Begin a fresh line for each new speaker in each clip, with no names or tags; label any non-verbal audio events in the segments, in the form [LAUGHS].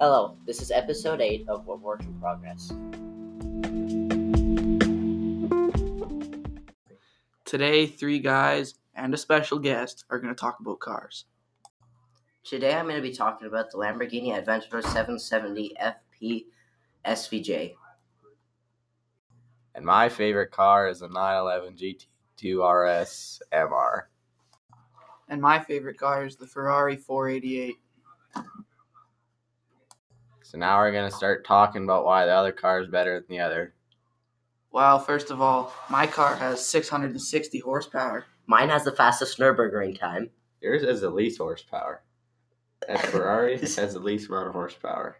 Hello, this is episode 8 of A Work in Progress.
Today, three guys and a special guest are going to talk about cars.
Today I'm going to be talking about the Lamborghini Aventador 770 FP SVJ.
And my favorite car is a 911 GT2 RS MR.
And my favorite car is the Ferrari 488.
So now we're going to start talking about why the other car is better than the other.
Well, first of all, my car has 660 horsepower.
Mine has the fastest Nürburgring time.
Yours has the least horsepower. That
[LAUGHS]
Ferrari has the least amount of horsepower.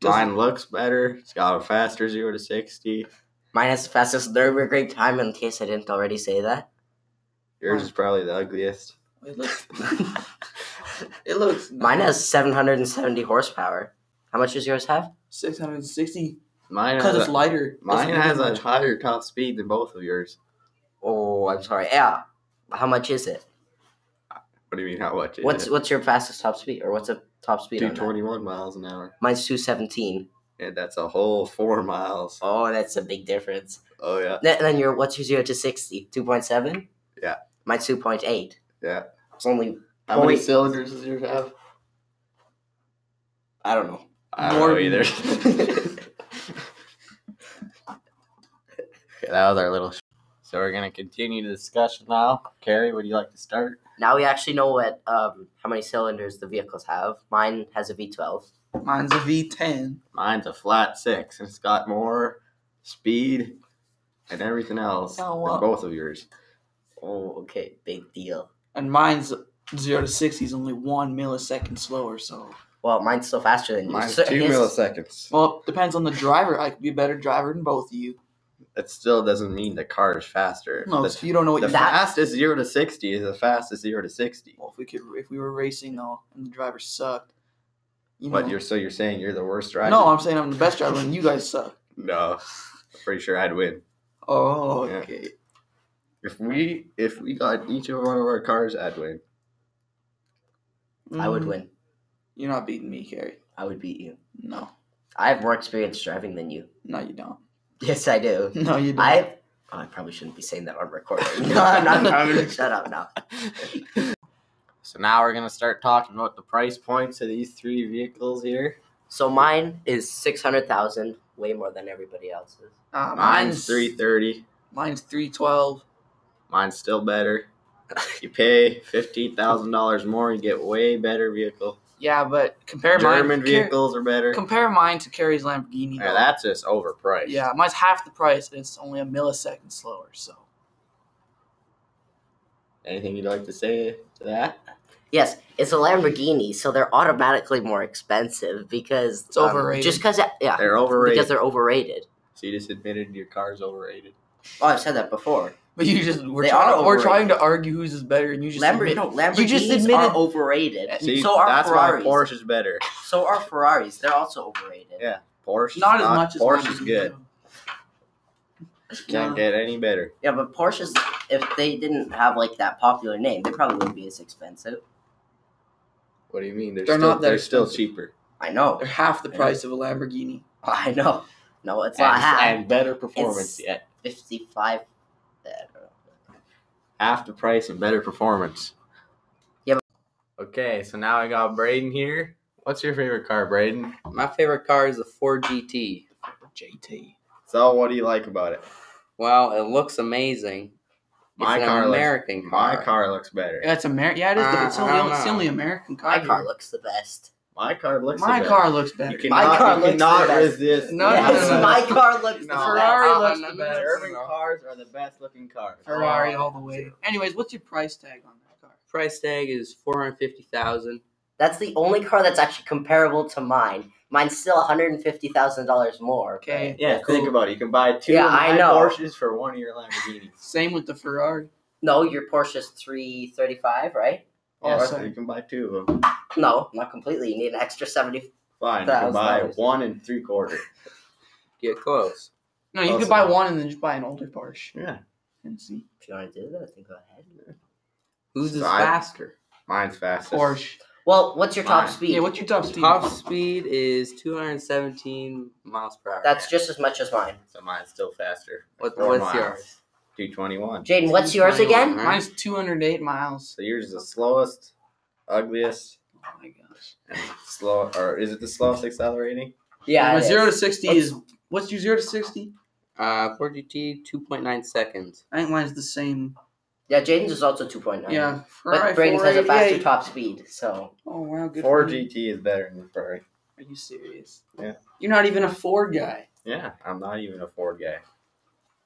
Doesn't-
Mine looks better. It's got a faster 0 to 60.
Mine has the fastest Nürburgring time, in case I didn't already say that.
Yours is probably the ugliest.
It
[LAUGHS]
looks. it looks.
Mine has 770 horsepower. How much does yours have?
660
Mine
because
has,
it's
a,
lighter.
mine
Doesn't
has
need
a
much.
higher top speed than both of yours.
Oh, I'm sorry. Yeah. How much is it?
What do you mean, how much? is
What's
it?
what's your fastest top speed, or what's a top speed? on that?
221 miles an hour.
Mine's 217.
And that's a whole four miles.
Oh, that's a big difference.
Oh, yeah.
Then, then your what's your zero to 60? 2.7.
Yeah.
Mine's 2.8.
Yeah.
It's only
How many
Point-
cylinders does yours have?
I don't know.
I don't know
Gordon.
either. that was our little. Sh- so we're gonna continue the discussion now. Carrie, would you like to start?
Now we actually know what um how many cylinders the vehicles have. Mine has a V12.
Mine's a V10.
Mine's a flat six, and it's got more speed and everything else
Oh,
than
wow.
both of yours.
Oh, okay, big deal.
And mine's 0 to 60 is only one millisecond slower, so.
Well, mine's still faster than yours.
Mine's
So [LAUGHS]
two
his-
milliseconds.
Well, it depends on the driver. I could be a better driver than both of you.
That still doesn't mean the car is faster.
No,
the
if you don't know what
the
you
That-
fastest zero to sixty is the fastest zero to sixty.
Well, if we could, if we were racing though, and the driver sucked, you
But
know.
you're so you're saying you're the worst driver?
no, I'm saying I'm the best driver, and you guys suck.
no. I'm pretty sure I'd win.
Oh,
Yeah.
okay.
If we if we got each of one of our cars, I'd win.
I would
Mm,
win.
You're not beating me, Carrie.
I would beat you.
No,
I have more experience driving than you. [LAUGHS]
no, you don't. [LAUGHS]
Yes, I [LAUGHS] do.
No, you don't.
I oh, I probably shouldn't be saying that on recording. [LAUGHS] No, I'm not.
I would-
Shut up now.
So now we're gonna start talking about the price points of these three vehicles here.
So mine is six hundred thousand, way more than everybody else's.
Uh,
Mine's three thirty.
Mine's three twelve.
Mine's still
[LAUGHS]
better. You pay fifteen thousand dollars more, you get way better vehicle.
Yeah, but compare mine.
German
Car-
vehicles are better.
compare mine to Carrie's Lamborghini.
Yeah,
though.
that's just overpriced.
yeah, mine's half the price, and it's only a millisecond slower. So [LAUGHS]
Anything you'd like to say to that?
Yes, it's a Lamborghini, so they're automatically more expensive because um,
It's overrated.
Just because, yeah,
They're overrated.
because they're overrated.
so you just admitted your car's overrated.
Oh, I've said that before.
But you just we're
They
trying,
are
we're
overrated.
trying to argue whose is better, and you just
Lamborghini,
admit-
no, Lamborghinis
you just
are
admitted-
overrated.
See,
so are
that's
Ferraris.
why Porsche's better.
So are Ferraris. They're also overrated.
Yeah. Porsche.
not as much as
Porsche's
mine.
good. Can't
Yeah.
get any better.
Yeah, but Porsches, if they didn't have like that popular name, they probably wouldn't be as expensive.
What do you mean? They're,
They're
still,
not that
they're still
expensive.
cheaper.
I
[LAUGHS]
know.
They're half the
Yeah.
price of a Lamborghini.
I know. No, it's not
and,
half.
and better performance.
It's-
Yeah,
Fifty-five. I don't know.
half the price and better performance.
Yeah,
Okay, so now I got Braden here. What's your favorite car, Braden?
My favorite car is the Ford GT.
JT.
So, what do you like about it?
Wow, it looks amazing.
My
it's an
car looks-
American car.
My car looks better.
Yeah, it's American. Yeah, it is. the- it's,
Uh,
only,
I don't
it's the
know.
only American car.
My car looks the best.
My car looks.
My
the
car looks better.
Best. You cannot,
My car
you
looks
cannot
the best.
resist.
No, no,
yes,
no, no.
my car looks
No.
the
Ferrari
best.
looks the
no,
best.
no,
Urban
no.
cars are the best looking cars.
Ferrari all the way. Anyways, what's your price tag on that car?
Price tag is four hundred fifty thousand.
That's the only car that's actually comparable to mine. Mine's still one hundred and fifty thousand dollars more.
Okay.
Yeah, think about it. You can buy two
Yeah,
of my
I know.
Porsches for one of your
[LAUGHS]
Lamborghinis.
Same with the Ferrari.
No, your Porsche's three thirty-five, right?
Yeah,
Awesome.
so you can buy two of them.
No, not completely. You need an extra seventy.
Fine, you can
Thousand
buy
dollars.
one and three quarter.
Get close.
No, you could
Awesome.
buy one and then just buy an older Porsche
Yeah,
and see.
If you want to do that, then go ahead.
Who's is
Five.
faster?
mine's fast.
Porsche.
Well, what's your top
Fine.
speed?
Yeah, what's your top speed?
Top speed is 217 miles per hour.
That's just as much as mine.
So mine's still faster.
what,
four
what's
miles.
yours?
Two twenty one.
Jaden, what's yours again?
Mine's 208 miles.
So yours is the slowest, ugliest,
Oh my gosh.
slow or is it the slowest accelerating?
Yeah.
my
it
zero
is.
to 60 is what's your zero to 60?
Uh, 4GT 2.9 seconds.
I think mine's the same.
Yeah, Jaden's is also 2.9.
Yeah.
But
Ferrari
Braden's has a faster
488.
top speed, so.
Oh wow, good.
Four
for you.
GT is better than the Ferrari.
Are you serious?
Yeah.
You're not even a Ford guy.
Yeah, I'm not even a Ford guy.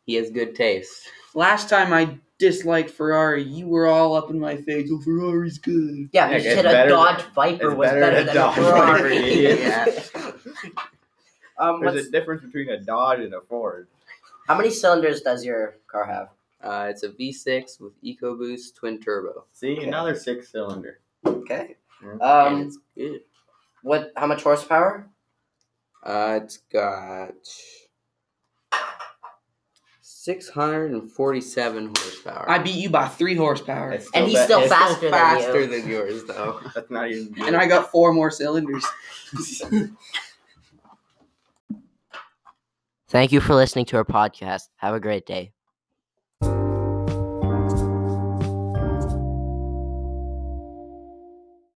He has good taste.
Last time I disliked Ferrari, you were all up in my face. Oh, Ferrari's good.
Yeah,
Yeah,
because you
it's
said a
better
Dodge
than-
Viper
it's
was
better
better
than
than,
Dodge
a Ferrari.
Viper, yeah.
[LAUGHS] um,
There's
what's-
a difference between a Dodge and a Ford.
how many cylinders does your car have?
[LAUGHS] Uh, it's a V6 with EcoBoost twin turbo.
See,
Okay.
another six cylinder.
Okay.
Yeah.
and
Um,
it's good.
what? How much horsepower?
Uh, it's got 647 horsepower.
I beat you by three horsepower,
It's
And he's
be-
still
it's
fast. faster than
faster
you.
than yours, though.
That's not even.
and I got four more cylinders.
Thank you for listening to our podcast. Have a great day.